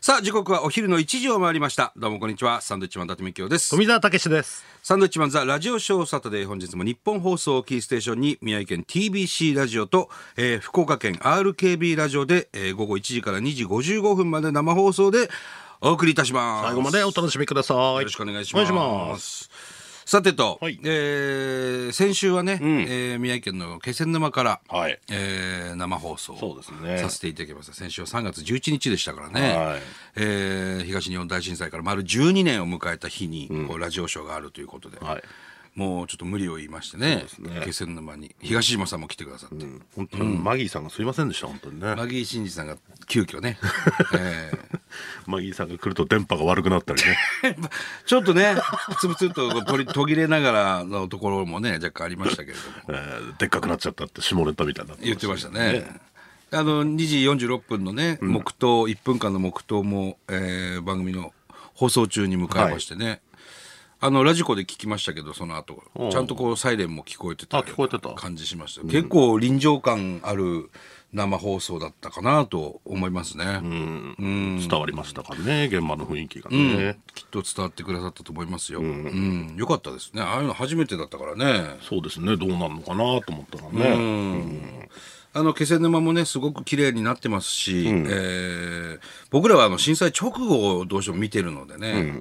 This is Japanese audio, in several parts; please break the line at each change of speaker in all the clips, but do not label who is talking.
さあ時刻はお昼の1時を回りましたどうもこんにちはサンドウィッチマン伊達美京です
富澤たけしです
サンドウィッチマンザラジオショーサタデー本日も日本放送をキーステーションに宮城県 TBC ラジオと、えー福岡県 RKB ラジオで、えー午後1時から2時55分まで生放送でお送りいたします
最後までお楽しみくださいよ
よろしくお願いします。
お願いします
さてと、
はい
えー先週はね、えー宮城県の気仙沼から、
はい
えー生放送
そう
を
ですね
させていただきました。先週は3月11日でしたからね、
はい
えー東日本大震災から丸12年を迎えた日に、こうラジオショーがあるということで、
はい
もうちょっと無理を言いましてね気仙沼に東島さんも来てくださって、
本当にマギーさんがすいませんでした本当にね
マギー真司さんが急遽 ね、えー
マギーさんが来ると電波が悪くなったり ね
ちょっとね、つぶつぶとこう取り途切れながらのところもね、若干ありましたけれども、
えーでっかくなっちゃったって下ネタみたいになって
言ってましたね。あの2時46分のね、黙祷、1分間の黙祷も、えー番組の放送中に迎えましてね、あのラジコで聞きましたけど、その後
おう
ちゃんとこうサイレンも聞こえてた
あ聞こえてた
感じしました、結構臨場感ある生放送だったかなと思いますね。
伝わりましたからね現場の雰囲気がね、
きっと伝わってくださったと思いますよ。うん、よかったですね。ああいうの初めてだったからね。
そうですねどうなるのかなと思ったらね、
あの気仙沼もねすごく綺麗になってますし、えー僕らはあの震災直後をどうしても見てるのでね、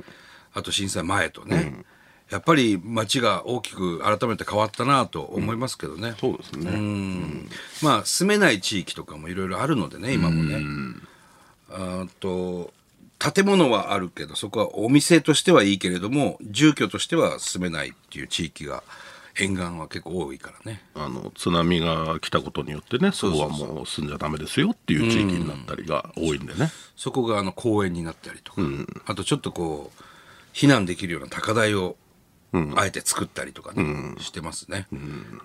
あと震災前とね、やっぱり街が大きく改めて変わったなと思いますけどね、
そうですね、
まあ住めない地域とかもいろいろあるのでね今もね、あと建物はあるけどそこはお店としてはいいけれども住居としては住めないっていう地域が沿岸は結構多いからね。
あの津波が来たことによってねそこはもう住んじゃダメですよっていう地域になったりが多いんでね、
そこがあの公園になったりとか、あとちょっとこう避難できるような高台をあえて作ったりとかね、してますね、う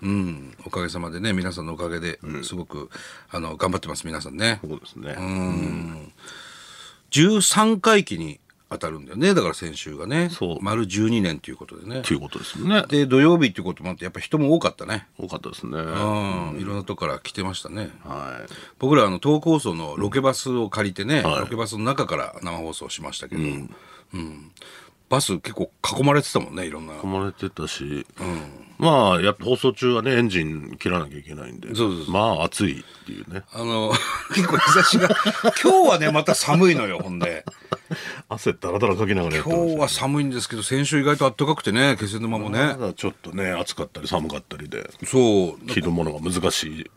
んおかげさまでね皆さんのおかげですごく、あの頑張ってます皆さんね
そうですね、
13回忌に当たるんだよねだから先週がね
そう
丸12年ということでね
ということですよね
で土曜日っていうこともあってやっぱ人も多かったね
多かったですね
うん、いろんなとこから来てましたね
は
僕らあの東高層のロケバスを借りてね、
はい。
ロケバスの中から生放送しましたけど、うんバス結構囲まれてたもんねいろんない
まれてたし、まあやっぱ放送中はねエンジン切らなきゃいけないんで
そうそうそう
まあ暑いっていうね
あの 結構日差しが今日はねまた寒いのよほんで
汗だらだらかきながらやってま
今
し
日は寒いんですけど先週意外と暖かくてね気仙沼も
た
ね
ただちょっとね暑かったり寒かったりで
そう
着るものが難し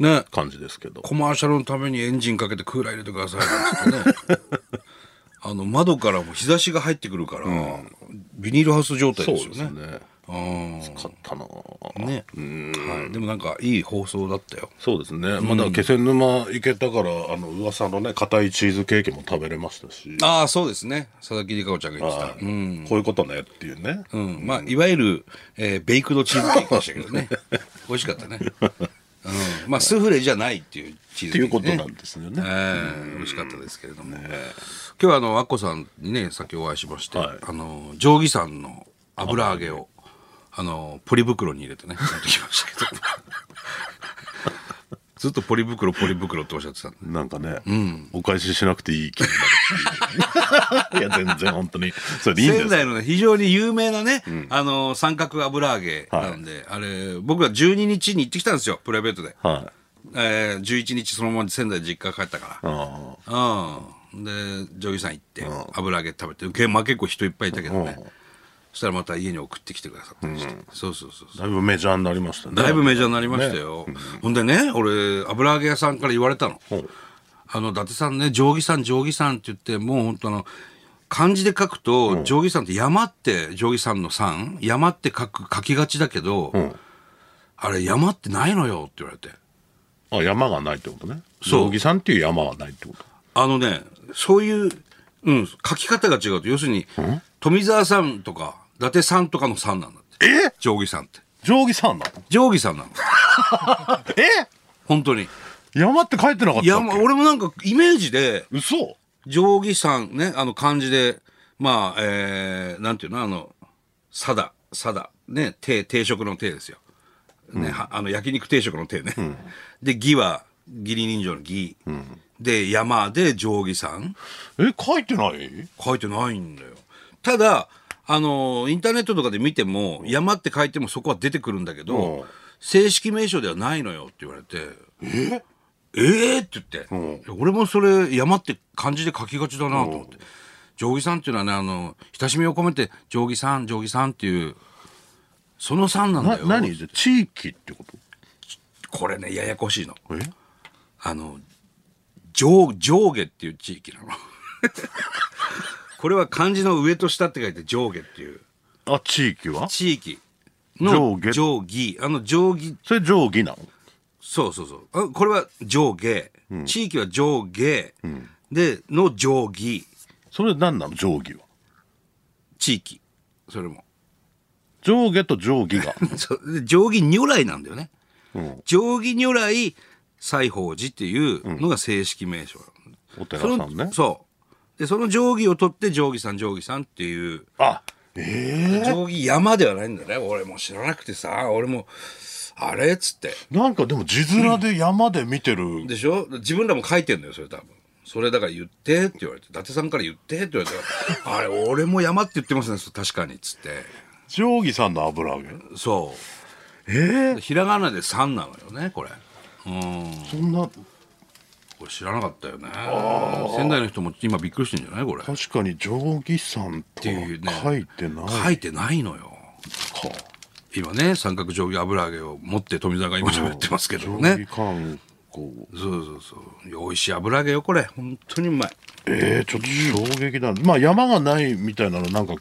い
ね
感じですけど
コマーシャルのためにエンジンかけてクーラー入れてくださいなんつってねあの窓からも日差しが入ってくるから、ビニールハウス状態ですよね
ね
うん
暑かったなあ
ね、はい、でもなんかいい放送だったよ
そうですね、まあだから気仙沼行けたからあの噂のね硬いチーズケーキも食べれましたし
ああそうですね佐々木里香子ちゃんが言ってた、
はいこういうことねっていうね、
うん、まあいわゆる、えーベイクドチーズケーキでしたけど ね美味しかったね、うん、まあスフレじゃないっていうチー
っ
ズ
て
ケ
い
ー
う
キ、ね、
ことなんですよね、
ええ美味しかったですけれども、今日はあのアッコさんにねさっきお会いしまして、
はい
あの定規さんの油揚げをあのポリ袋に入れてね持ってきました けどずっとポリ袋ポリ袋っておっしゃってたんで
なんかね、お返ししなくていい気に なるしいや全然本当にそれでいいんで
仙
す
台のね非常に有名なね、あの三角油揚げなんで、あれ僕は12日に行ってきたんですよプライベートで、
はい
えー、11日そのまま仙台実家帰ったから
あ
うんで女優さん行って油揚げ食べてけまあ結構人いっぱいいたけどねそしたらまた家に送ってきてくださったりして、そうそうそうそう
あだいぶメジャーになりましたね
だいぶメジャーになりましたよ、ほんでね俺油揚げ屋さんから言われたの、
うん
あの伊達さんね定規さん定規さんって言ってもう本当あの漢字で書くと、定規さんって山って定規さんの山山って書く書きがちだけど、あれ山ってないのよって言われて
あ山がないってことね
そう
葬儀さんっていう山はないってこと
あのねそういう、うん、書き方が違うと要するに、富澤さんとか伊達さんとかのさんなんだって
え
定規さんって
定儀さんなの
定規さんなの
え
本当に
山って書いてなかったっけ
山俺もなんかイメージで
嘘
定規さんねあの漢字でまあえー、なんていうのあの「さだ」「さだ」ね定定食の定ですよ、ねはあの焼肉定食の定ね、で「義」は義理人情の義、で山で定規さん
え書いてない
書いてないんだよただあのインターネットとかで見ても山って書いてもそこは出てくるんだけど、
うん
正式名称ではないのよって言われて
え
えー、って言って、俺もそれ山って漢字で書きがちだなと思って、定規さんっていうのはねあの親しみを込めて定規さん定規さんっていうその3なんだ
な
よ
何で地域ってこと
これねややこしいの
え
あの上上下っていう地域なの これは漢字の上と下って書いて上下っていう
あ地域は
地域の
上下
上下あの上下
それ定規なの
そうそうそうあこれは上下、地域は上下、での上下
それ何なの定規は
地域それも
上下と定規が
そで定規如来なんだよね、
うん
定規如来西宝寺っていうのが正式名称なの、
お寺
そ
さ
の
んね
そうでその定規を取って定規さん定規さんっていう
あえ
定規山ではないんだね俺も知らなくてさ俺もあれっつって
ー、なんかでも字面で山で見てる、
でしょ自分らも書いてんのよそれ多分それだから言ってって言われて伊達さんから言ってって言われてあれ俺も山って言ってますねそう確かにっつって
定規さんの油揚げ
そ
え
うひらがなで3なのよねこれうん
ー、そんな
これ知らなかったよね仙台の人も今びっくりしてんじゃないこれっ
確かに定規さんと
ていうね
は書いてない
書いてないのよ
か
今ね三角定規油揚げを持って富澤が今喋ってますけどもね、
定規観光
そうそうそういや美味しい油揚げよこれ本当にうまい
えー、ちょっと衝撃だな、まあ山がないみたいなのなんか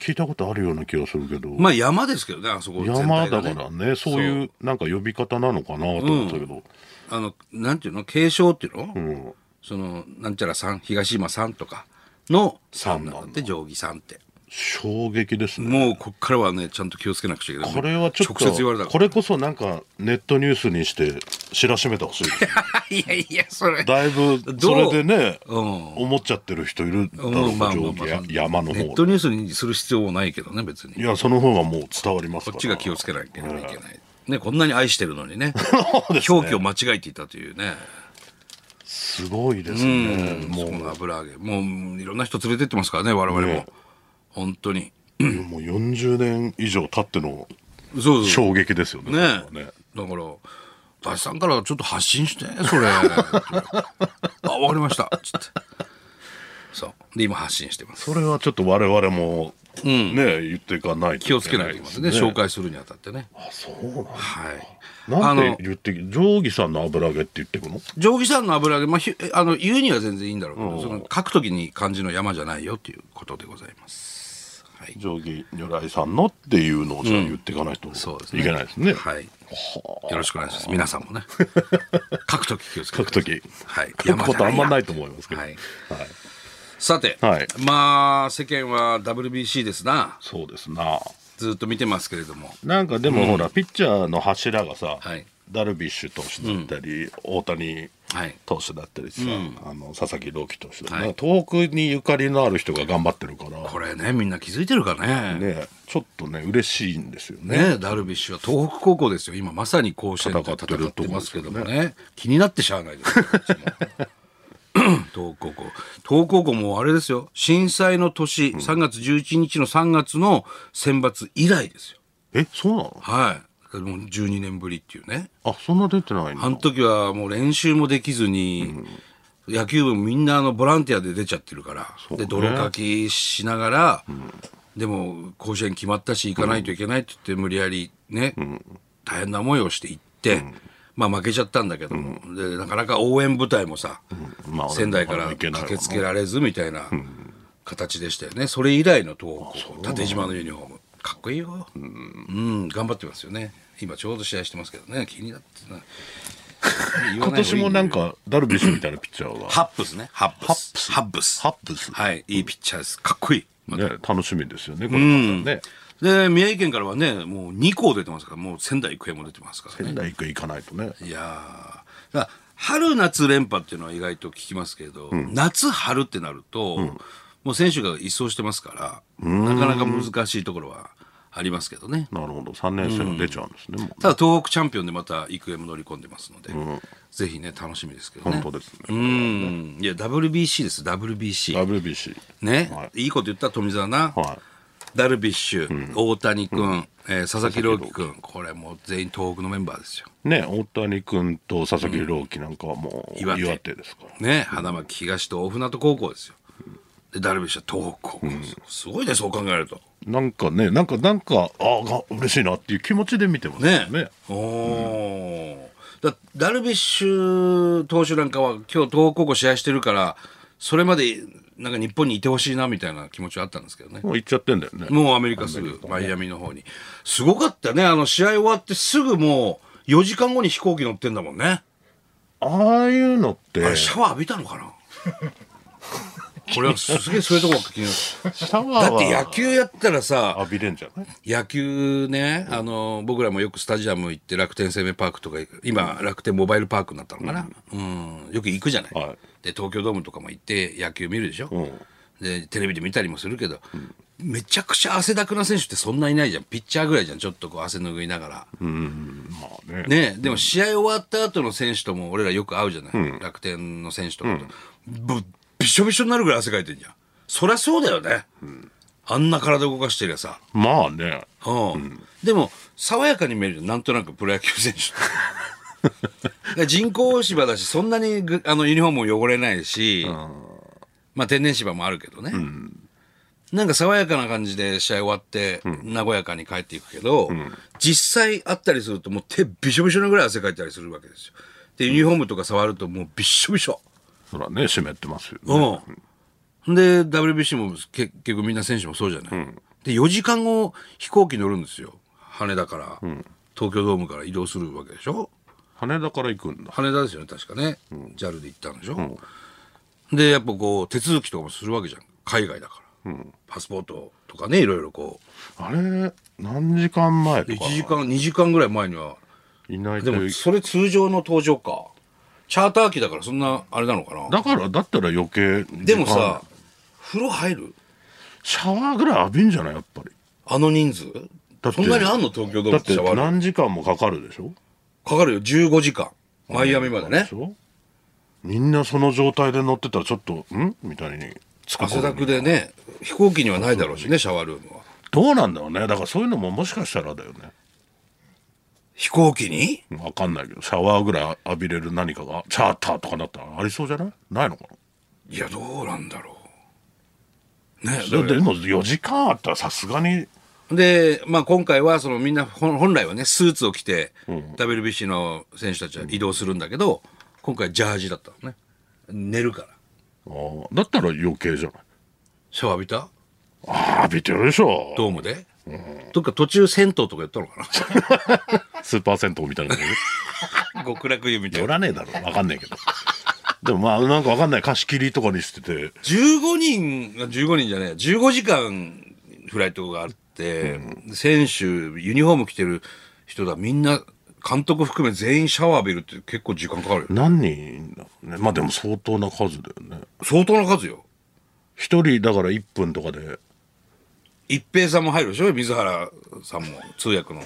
聞いたことあるような気がするけど、
まあ山ですけどねあそこ全体が
山
ね
だからねそういうなんか呼び方なのかなと思ったけど、
あのなんていうの継承っていうの、
うん
そのなんちゃらさん東島さんとかのさんなんだっ
さんなん
て定規さんって
衝撃ですね
もうこっからはねちゃんと気をつけなくちゃいけない
これはちょっと
直接言われたから
これこそなんかネットニュースにして知らしめてほしい
いやいやそれ
だいぶ
ど
そうれでね、
うん
思っちゃってる人いるだろう
うんまあまあ
定
まあ
規や山の
ネット
方
ニュースにする必要もないけどね別に
いやその方がもう伝わります
こ
から
っちが気をつけなければいけない、ね、こんなに愛してるのに ね表記を間違えていたというね
すごいですね、
もう油揚げもういろんな人連れてってますからね我々も、
ね
本当に
もう40年以上経っての
そうそう
衝撃ですよね。
ね
これはね
だから大地さんからちょっと発信してそ れあわかりましたつってそうで今発信してます
それはちょっと我々も、ね、言っていかないと
気をつけないといけま
です
ね紹介するにあたってね
あ、そうなんだ
はい
なん
あの
て言って、定規さんの油揚げって言ってくの
定規さんの油揚げ、まあ、ひあの言うには全然いいんだろうけど、その書くときに漢字の山じゃないよっていうことでございます。はい、
定規如来さんのっていうのをじゃあ言っていかないとい
そうですね。
けないですね。
はい。よろしくお願いします。皆さん もね。書くとき気をつけて
書くとき。
はい
書くことあんまないと思いますけど。
は
はいい。。
さて、
はい
まあ世間は WBC ですな。
そうですな。
ずっと見てますけれども。
なんかでもほら、ピッチャーの柱がさ、
はい
ダルビッシュ投手だったり、大谷
はい。
投手だったりさ、あの佐々木朗希投手だった
はい
り、遠くにゆかりのある人が頑張ってるから、
これねみんな気づいてるかね。ね
ね、ちょっとね嬉しいんですよね。
ダルビッシュは東北高校ですよ今まさに甲子園で戦
戦ってる
っ
と
て
ころ
ま
ですす
け
よ
ど
ね
もね気になってしゃあないですよこっちも 東北高校東北高校もあれですよ震災の年、3月11日の3月の選抜以来ですよ
えそうなの
はい。もう12年ぶりっていうね。
あそんな出てない
あの
の
時はもう練習もできずに、野球部もみんなあのボランティアで出ちゃってるから、
う
で
ね
泥かきしながら、でも甲子園決まったし行かないといけないって言って無理やりね、大変な思いをして行って、まあ負けちゃったんだけども、でなかなか応援部隊もさ、
まあ
仙台から
俺も行
駆
けないわな
けつけられずみたいな形でしたよねそれ以来の東北縦島のユニフォームかっこいいよ、うん頑張ってますよね今ちょうど試合してますけどね気にな ってな言わ
今
ない方
年
がいい
もなんかダルビッシュみたいなピッチャーが
ハッブスねハッブスハッブス
ハップス、
はいいいピッチャーですかっこいい
ね、楽しみですよねこれまたね。
で宮城県からはねもう2校出てますからもう仙台育英も出てますからね
仙台行く行かないとね。
いやーだから春夏連覇っていうのは意外と聞きますけど、夏春ってなると、もう選手が一掃してますからなかなか難しいところはありますけどね。
なるほど3年生が出ちゃうんですね、もう
ただ東北チャンピオンでまた育英も乗り込んでますので、ぜひね楽しみですけどね。
本当ですね、
うんいや WBC です WBC。
WBC
ね、、
はい
いこと言った富澤な、
は
ダルビッシュ、大谷君、えー佐々木朗希君これもう全員東北のメンバーですよ。
いね大谷君と佐々木朗希なんかはもう
岩手
岩手ですから
ね花巻東と大船渡高校ですよ。でダルビッシュは東北高校、すごいねそう考えると。
なんかねなんかなんかああ嬉しいなっていう気持ちで見てますよ
ね
ね
おーだダルビッシュ投手なんかは今日東北高校試合してるからそれまでなんか日本にいてほしいなみたいな気持ちはあったんですけどね
もう行っちゃってんだよね
もうアメリカすぐマイアミの方にすごかったねあの試合終わってすぐもう4時間後に飛行機乗ってんだもんね
ああいうのって
あれ
シ
シャワー浴びたのか な俺はすげえそういうとこが気になる
ャワー
だっ
は
て野球やったらさ
浴びれんじゃない
野球ね、あの僕らもよくスタジアム行って楽天生命パークとか行く今楽天モバイルパークになったのかな、うんよく行くじゃない、
はい
で東京ドームとかも行って野球見るでしょ、
うん
でテレビで見たりもするけど、めちゃくちゃ汗だくな選手ってそんないないじゃんピッチャーぐらいじゃんちょっとこう汗拭いながら、
うんまあね
ねでも試合終わった後の選手とも俺らよく会うじゃない、楽天の選手とかと、ぶびしょびしょになるぐらい汗かいてんじゃんそりゃそうだよね、あんな体動かしてりゃさ
まあね
うん、でも爽やかに見えるじゃんなんとなくプロ野球選手だ から人工芝だしそんなにぐあのユニフォームも汚れないし、まあ、天然芝もあるけどね、なんか爽やかな感じで試合終わって、和やかに帰っていくけど、実際会ったりするともう手びしょびしょなぐらい汗かいたりするわけですよでユニフォームとか触るともうびっしょびしょ
そらね湿ってますよね
うん。で、WBC もけ結局みんな選手もそうじゃない。で、4時間後、飛行機乗るんですよ。羽田から、東京ドームから移動するわけでしょ
羽田から行くんだ
羽田ですよね、確かね。JAL で行ったんでしょ、で、やっぱこう、手続きとかもするわけじゃん。海外だから。パスポートとかね、いろいろこ
あれ何時間前
う。
と
1
か
時間、2時間ぐらい前には。
いないと
でも、それ通常の登場か。チャーター機だからそんな、あれなのかな。
だからだったら余計時間
でもさ、風呂入る
シャワーぐらい浴びんじゃないやっぱり
あの人数
だって
そんなにあんの東京ドーム
だっ
って
て
シャワール
何時間もかかるでしょ
かかるよ15時間マイアミまで
で
ね
しょみんなその状態で乗ってたらちょっとんみたいにつく頃
汗
に
だくでね飛行機にはないだろうしねシャワールームは
どうなんだろうねだからそういうのももしかしたらだよね
飛行機に
分かんないけどシャワーぐらい浴びれる何かがチャーターとかなったらありそうじゃないないのか
いやどうなんだろうね
なででも4時間あったらさすがに
で、まあ、今回はそのみんな本本来はねスーツを着て WBC の選手たちは移動するんだけど、今回ジャージだったのね寝るから
あーだったら余計じゃない
シャワー浴びた
あー浴びてるでしょ
ドームで、どっか途中銭湯とかやったのか
スーパー銭湯みたいな のに
な極楽湯みたい
寄
な
らねえだろ分かんないけどでもまあなんか分かんない貸し切りとかにしてて
15人が15人じゃない15時間フライトがあって、選手ユニフォーム着てる人だみんな監督含め全員シャワー浴びるって結構時間かかるよ
何人だろうねまあでも相当な数だよね
相当な数よ
一人だから1分とかで
一平さんも入るでしょ水原さんも通訳の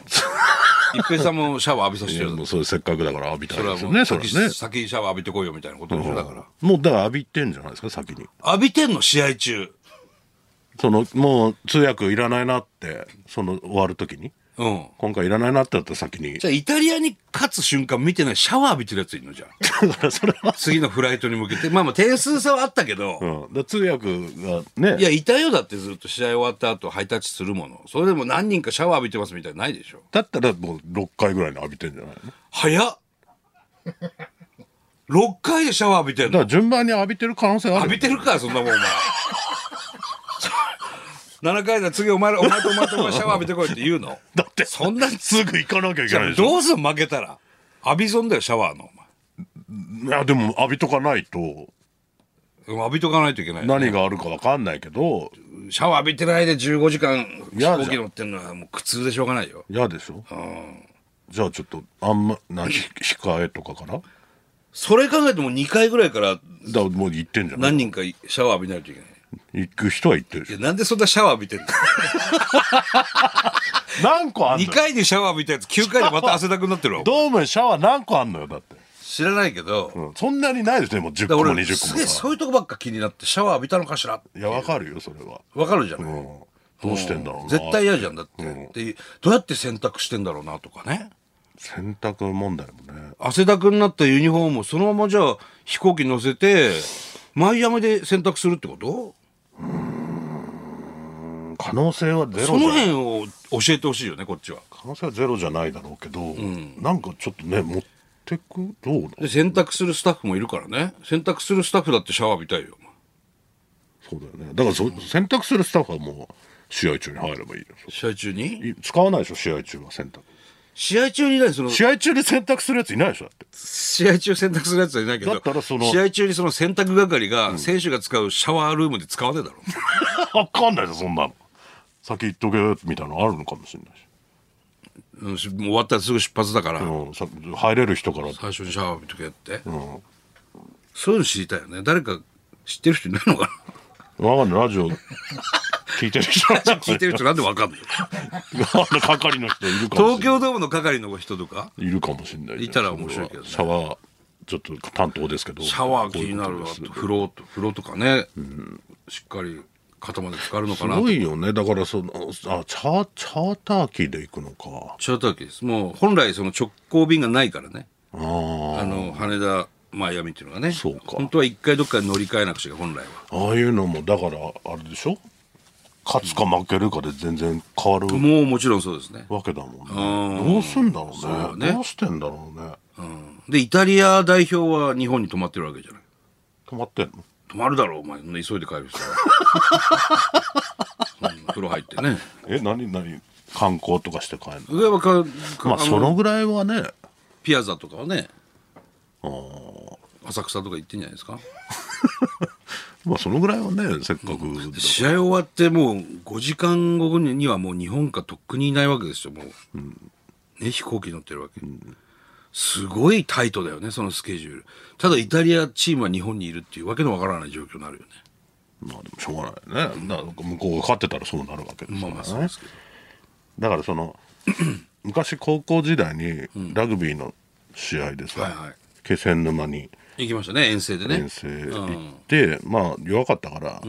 一平さんもシャワー浴びさせ
い
て
や
る
もうそれせっかくだから浴びたいですよ
も
ね
う
それ
先,、
はね
先シャワー浴びてこいよみたいなことでしょだから
もうだから浴びてんじゃないですか先に
浴びてんの試合中
そのもう通訳いらないなってその終わる時に
うん
今回いらないなってなったら先に
じゃあイタリアに勝つ瞬間見てないシャワー浴びてるやついるのじゃあ
だからそれは、
次のフライトに向けてまあまあ点数差はあったけど、
うん、だから通訳がね
いや、いたよだってずっと試合終わった後ハイタッチするもの。それでも何人かシャワー浴びてますみたいなのないでしょ。
だったらもう6回ぐらいに浴びてんじゃないの
早っ !6 回でシャワー浴びてん
だか
の
ら順番に浴びてる可能性あるよ
浴びてるか、そんなもんお前。7回だ次お前らお前とお前とお前シャワー浴びてこいって言うの
だって
そんな
すぐ行かなきゃいけないでしょ
どうすん負けたら浴びそんだよシャワーの
いやでも浴びとかないと
お前浴びとかないといけない
何があるか分かんないけど
シャワー浴びてないで15時間飛
嫌じゃん
行機乗ってんのはもう苦痛でしょうがないよ
嫌でしょじゃあちょっとあんまなひ控えとかからだか
それ考えても2回ぐらいから
らもう行ってんじゃない
何人かシャワー浴びないといけない
行く人は行ってるで
い
しょ
やなんでそんなシャワー浴びてんの
何個あんの
?2
よ
回でシャワー浴びたやつ9回でまた汗だくになってるわ
ドームにシャワー何個あんのよだって、
知らないけど、
うんそんなにないですねもう10
だ
個
から
も
俺
20
す
個
げえ
も
そ
さ
ういうとこばっか気になってシャワー浴びたのかしらって
いやわかるよそれは、
わかるじゃない、
うん、どうしてんだろうな
絶対嫌じゃんだって、
うん
でどうやって洗濯してんだろうなとかね
洗濯問題もね
汗だくになったユニフォームをそのままじゃあ飛行機乗せてマイアミで洗濯するってこと
可能性はゼロ
そ
じ
の
ゃない
辺を教えてほしいよねこっちは
可能性はゼロじゃないだろうけど、なんかちょっとね持ってくどうなの
で洗濯するスタッフもいるからね洗濯するスタッフだってシャワー浴びたいよ
そうだよねだからそ洗濯するスタッフはもう試合中に入ればいいよ
試合中に
い使わないでしょ試合中は洗濯
試合中に何その
試合中に洗濯するやついないでしょだって
試合中洗濯するやつはいないけど
だったらその
試合中にその洗濯係が選手が使うシャワールームで使わねえだろ、
分かんないでしょそんなの先行っとけみたいなのあるのかもしれないし、
うんしもう終わったらすぐ出発だから、
うん、さ入れる人から
最初にシャワー浴びとけって、そういうの知りたいよね誰か知ってる人いないのか
わかんないラジオ聞いてる人
な聞いてる人なんでわかん ない
あの係の人いるかも
東
しれない
京ドームの係の人とか
いるかもしれないね
いたら面白いけどね
シャワーちょっと担当ですけど
シャワー気にな
こう
る
いう
わ
こととです
風呂と風呂とかね、しっかり肩まで浸かるのか
す
な
ごいよねだからそのあチャーチャーター機で行くのか
チャーター機ですもう本来その直行便がないからね
あー
あの羽田マイアミっていうのがね
そうか
本当は一回どっかに乗り換えなくちゃ本来は
ああいうのもだからあれでしょ勝つか負けるかで全然変わる
もうもちろんそうですね、
わけだもんねどうすんだろうね
ね
どうしてんだろうね
うん、でイタリア代表は日本に泊まってるわけじゃない
止まってんの
泊まるだろうお前急いで帰る人は そんな風呂入ってね
え何何観光とかして帰るの
上はかか
まあ
あの
そのぐらいはね
ピアザとかはね
あー
浅草とか行ってんじゃないですか
まあそのぐらいはねせっかく
試合終わってもう5時間後にはもう日本かとっくにいないわけですよもう、ね飛行機乗ってるわけ、すごいタイトだよねそのスケジュールただイタリアチームは日本にいるっていうわけのわからない状況になるよね
まあでもしょうがないねだから向こうが勝ってたらそうなるわけです
ま
か
あ
ら
まあ
ね
そうですけど
だからその 昔高校時代にラグビーの試合でさ、
はいはい
気仙沼に
行きましたね遠征でね
遠征行って、まあ弱かったから、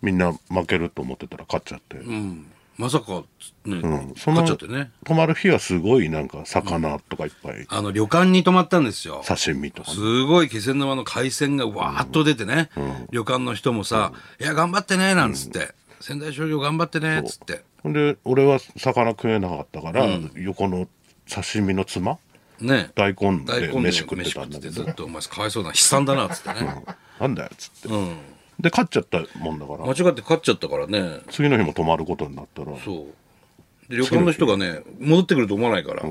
みんな負けると思ってたら勝っちゃって、
うん、まさかね、
うんそ
勝
の
っちゃってね
泊まる日はすごいなんか魚とかいっぱい、
あの旅館に泊まったんですよ
刺身とかね、
すごい気仙沼の海鮮がわーっと出てね、旅館の人もさ「いや頑張ってね」なんつって、仙台商業頑張ってね」っつって
ほんで俺は魚食えなかったから、横の刺身のつま
ね
大根で
大根で
飯
飯
食
食
っ
ってて
た
た
ん
んだ
だ
けどず
けどね
っと「お前かわいそうだな悲惨だな」っつってね、
なんだよっつって、
うん、
で勝っちゃったもんだから
間違って勝っちゃったからね
次の日も泊まることになったら
そうで旅館の人がね戻ってくると思わないから、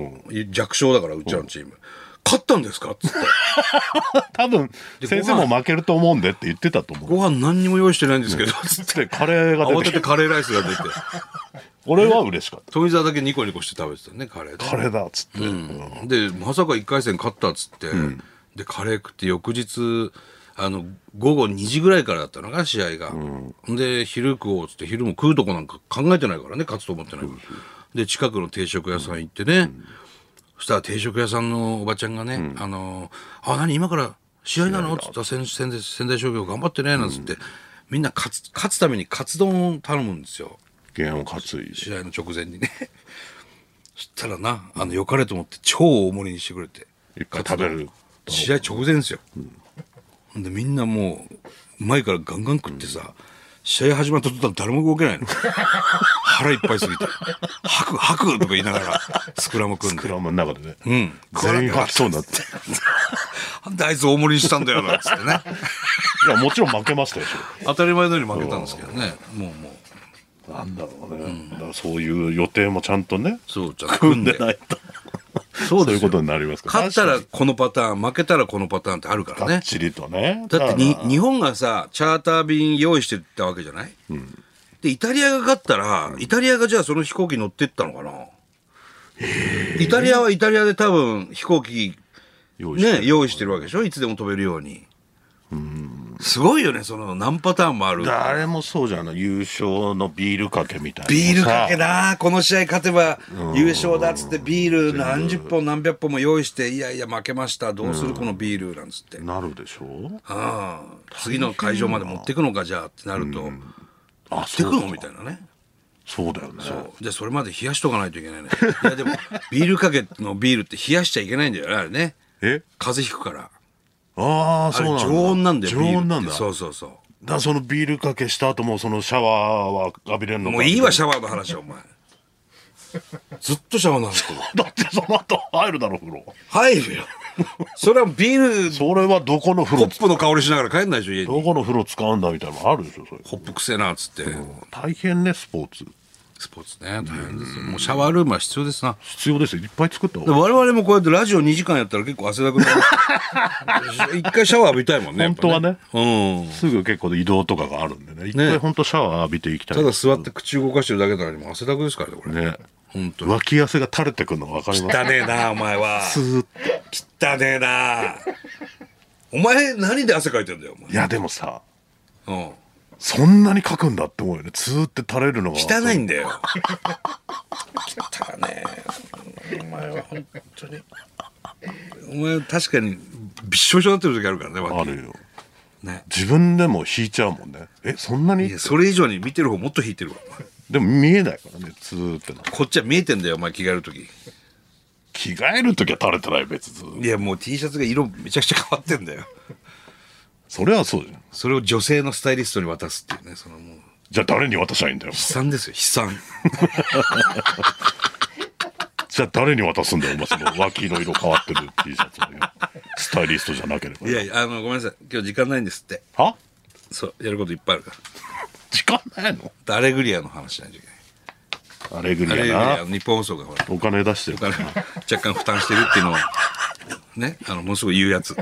弱小だからうちらのチーム、勝ったんですかっつって
多分
で
先生も
ご
負けると思うんでって言ってたと思う
ご飯何にも用意してないんですけど つって
でカレーが 出
慌
て
て
きて
てカレーライスが出て
俺は嬉しかっ
富澤だけニコニコして食べてたねカレー
た
ね
カレーだっつって、
でまさか1回戦勝ったっつって、でカレー食って翌日あの午後2時ぐらいからだったのかな試合が、で昼食おうっつって昼も食うとこなんか考えてないからね勝つと思ってないからで近くの定食屋さん行ってね、そしたら定食屋さんのおばちゃんがね「あのあ何今から試合なの?」っつったら仙仙台仙台商業頑張ってね」なんつって、みんな勝つ勝つためにカツ丼を頼むんですよ
ゲームを担いで
試合の直前にね そしたらなあのよかれと思って超大盛りにしてくれて
一回食べる
試合直前ですよ、ほん、でみんなもう前からガンガン食ってさ、試合始まった途端誰も動けないの 腹いっぱいすぎて「吐く吐く」とか言いながらスクラム組んで
クラムの中でね、
ん
全員吐きそうになって
なんであいつ大盛りにしたんだよなっつってね
いやもちろん負けましたよ そ
当たり前のように負けたんですけどねもうもう
れなんだろうね、だからそういう予定もちゃんとね
そうじゃ
組ん でないと
そ
そういうことになりますから
勝ったらこのパターン負けたらこのパターンってあるから
がっ
ね
ちりとね
だってに
から
日本がさチャーター便用意してたわけじゃない、でイタリアが勝ったらイタリアがじゃあその飛行機乗ってったのかな、イタリアはイタリアで多分飛行機
用意して
ね用意してるわけでしょいつでも飛べるようにすごいよねその何パターンもある
誰もそうじゃない優勝のビールかけみたいな
ビールかけ
な
なこの試合勝てば優勝だっつってビール何十本何百本も用意していやいや負けましたどうするこのビールなんつって、
なるでしょ
ああ次の会場まで持ってくのかじゃあってなると、持
あ
って
そ
く
う
のみたいなね
そうだよね
じゃあそれまで冷やしとかないといけないねいやでもビールかけのビールって冷やしちゃいけないんだよねあれね
え
風邪ひくから
ああ
あ
そう
れ
なんだ
常温なんだよ
常温なん
ビールっ
だ
てそうそうそ
だからそのビールかけした後もそのシャワーは浴びれるの
う
か
もういいわシ
ャ
ャワーの話はお前ずっとシャワーの話してる
ワーだってその後入るだろ風呂
入るよそれはビール
それはどこの風
ポ
呂
ップの香りしながら帰んないでしょ家に
どこの風呂使うんだみたいなのあるでしょそれ
ポップくせえなっつって
大変ねスポーツ
スポーツね大変ですよもうシャワールームは必要ですな
必要ですよいっぱい作った方
で
が
我々もこうやってラジオ2時間やったら結構汗だくになります 一回シャワー浴びたいもんねやっぱ
本当はね
うん
すぐ結構移動とかがあるんでね一回本当シャワー浴びていきたい
ただ座って口動かしてるだけなのにもう汗だくですからねこれ
ね
本当に
脇汗が垂れてくるのが分かります
汚ねえなお前は
スーッと
汚ねえなお前何で汗かいてんだよお前
いやでもさ
うん
そんなに書くんだって思うよねスーって垂れるのが
汚いんだよ汚ねえお前は本当にお前確かにびっしょびしょになってる時あるからね脇
あるよ
ね
自分でも引いちゃうもんねえそんないに
やそれ以上に見てる方もっと引いてるわお前
でも見えないからねスーってな
こっちは見えてんだよお前着替える時
着替える時は垂れてない別に
いやもう T シャツが色めちゃくちゃ変わってんだよ
それはそうじゃん
それを女性のスタイリストに渡すっていうねそのもう
じゃあ誰に渡しゃいいんだよ
悲惨ですよ悲惨
じゃあ誰に渡すんだよお前その脇の色変わってる T シャツをよスタイリストじゃなければ
いやいやあのごめんなさい今日時間ないんですって
は
そうやることいっぱいあるから
時間ないの
アレグリアの話しないといけ
アレグ
ないアレ
リ
グリ
ア
ア
な
日本放送がほら
お金出してる
お金を若干負担してるっていうのをねあのものすごい言うやつ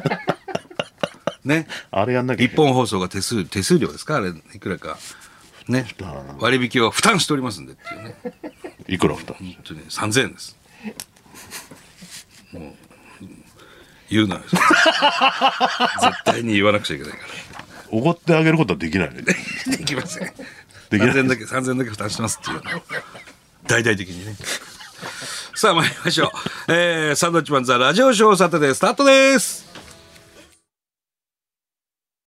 ね
あれやんなきゃい
日
けない
本放送が手数手数料ですかあれいくらかね割引は負担しておりますんでっていうね
いくら負担
本当に3000円ですもう言うなよそれ絶対に言わなくちゃいけないか
おごってあげることはできないね
ら できません
できない
3000円だけ3000円だけ負担しますっていう大々的にねさあ参りましょう、えー、サンドウィッチマンザラジオショーサタデースタートです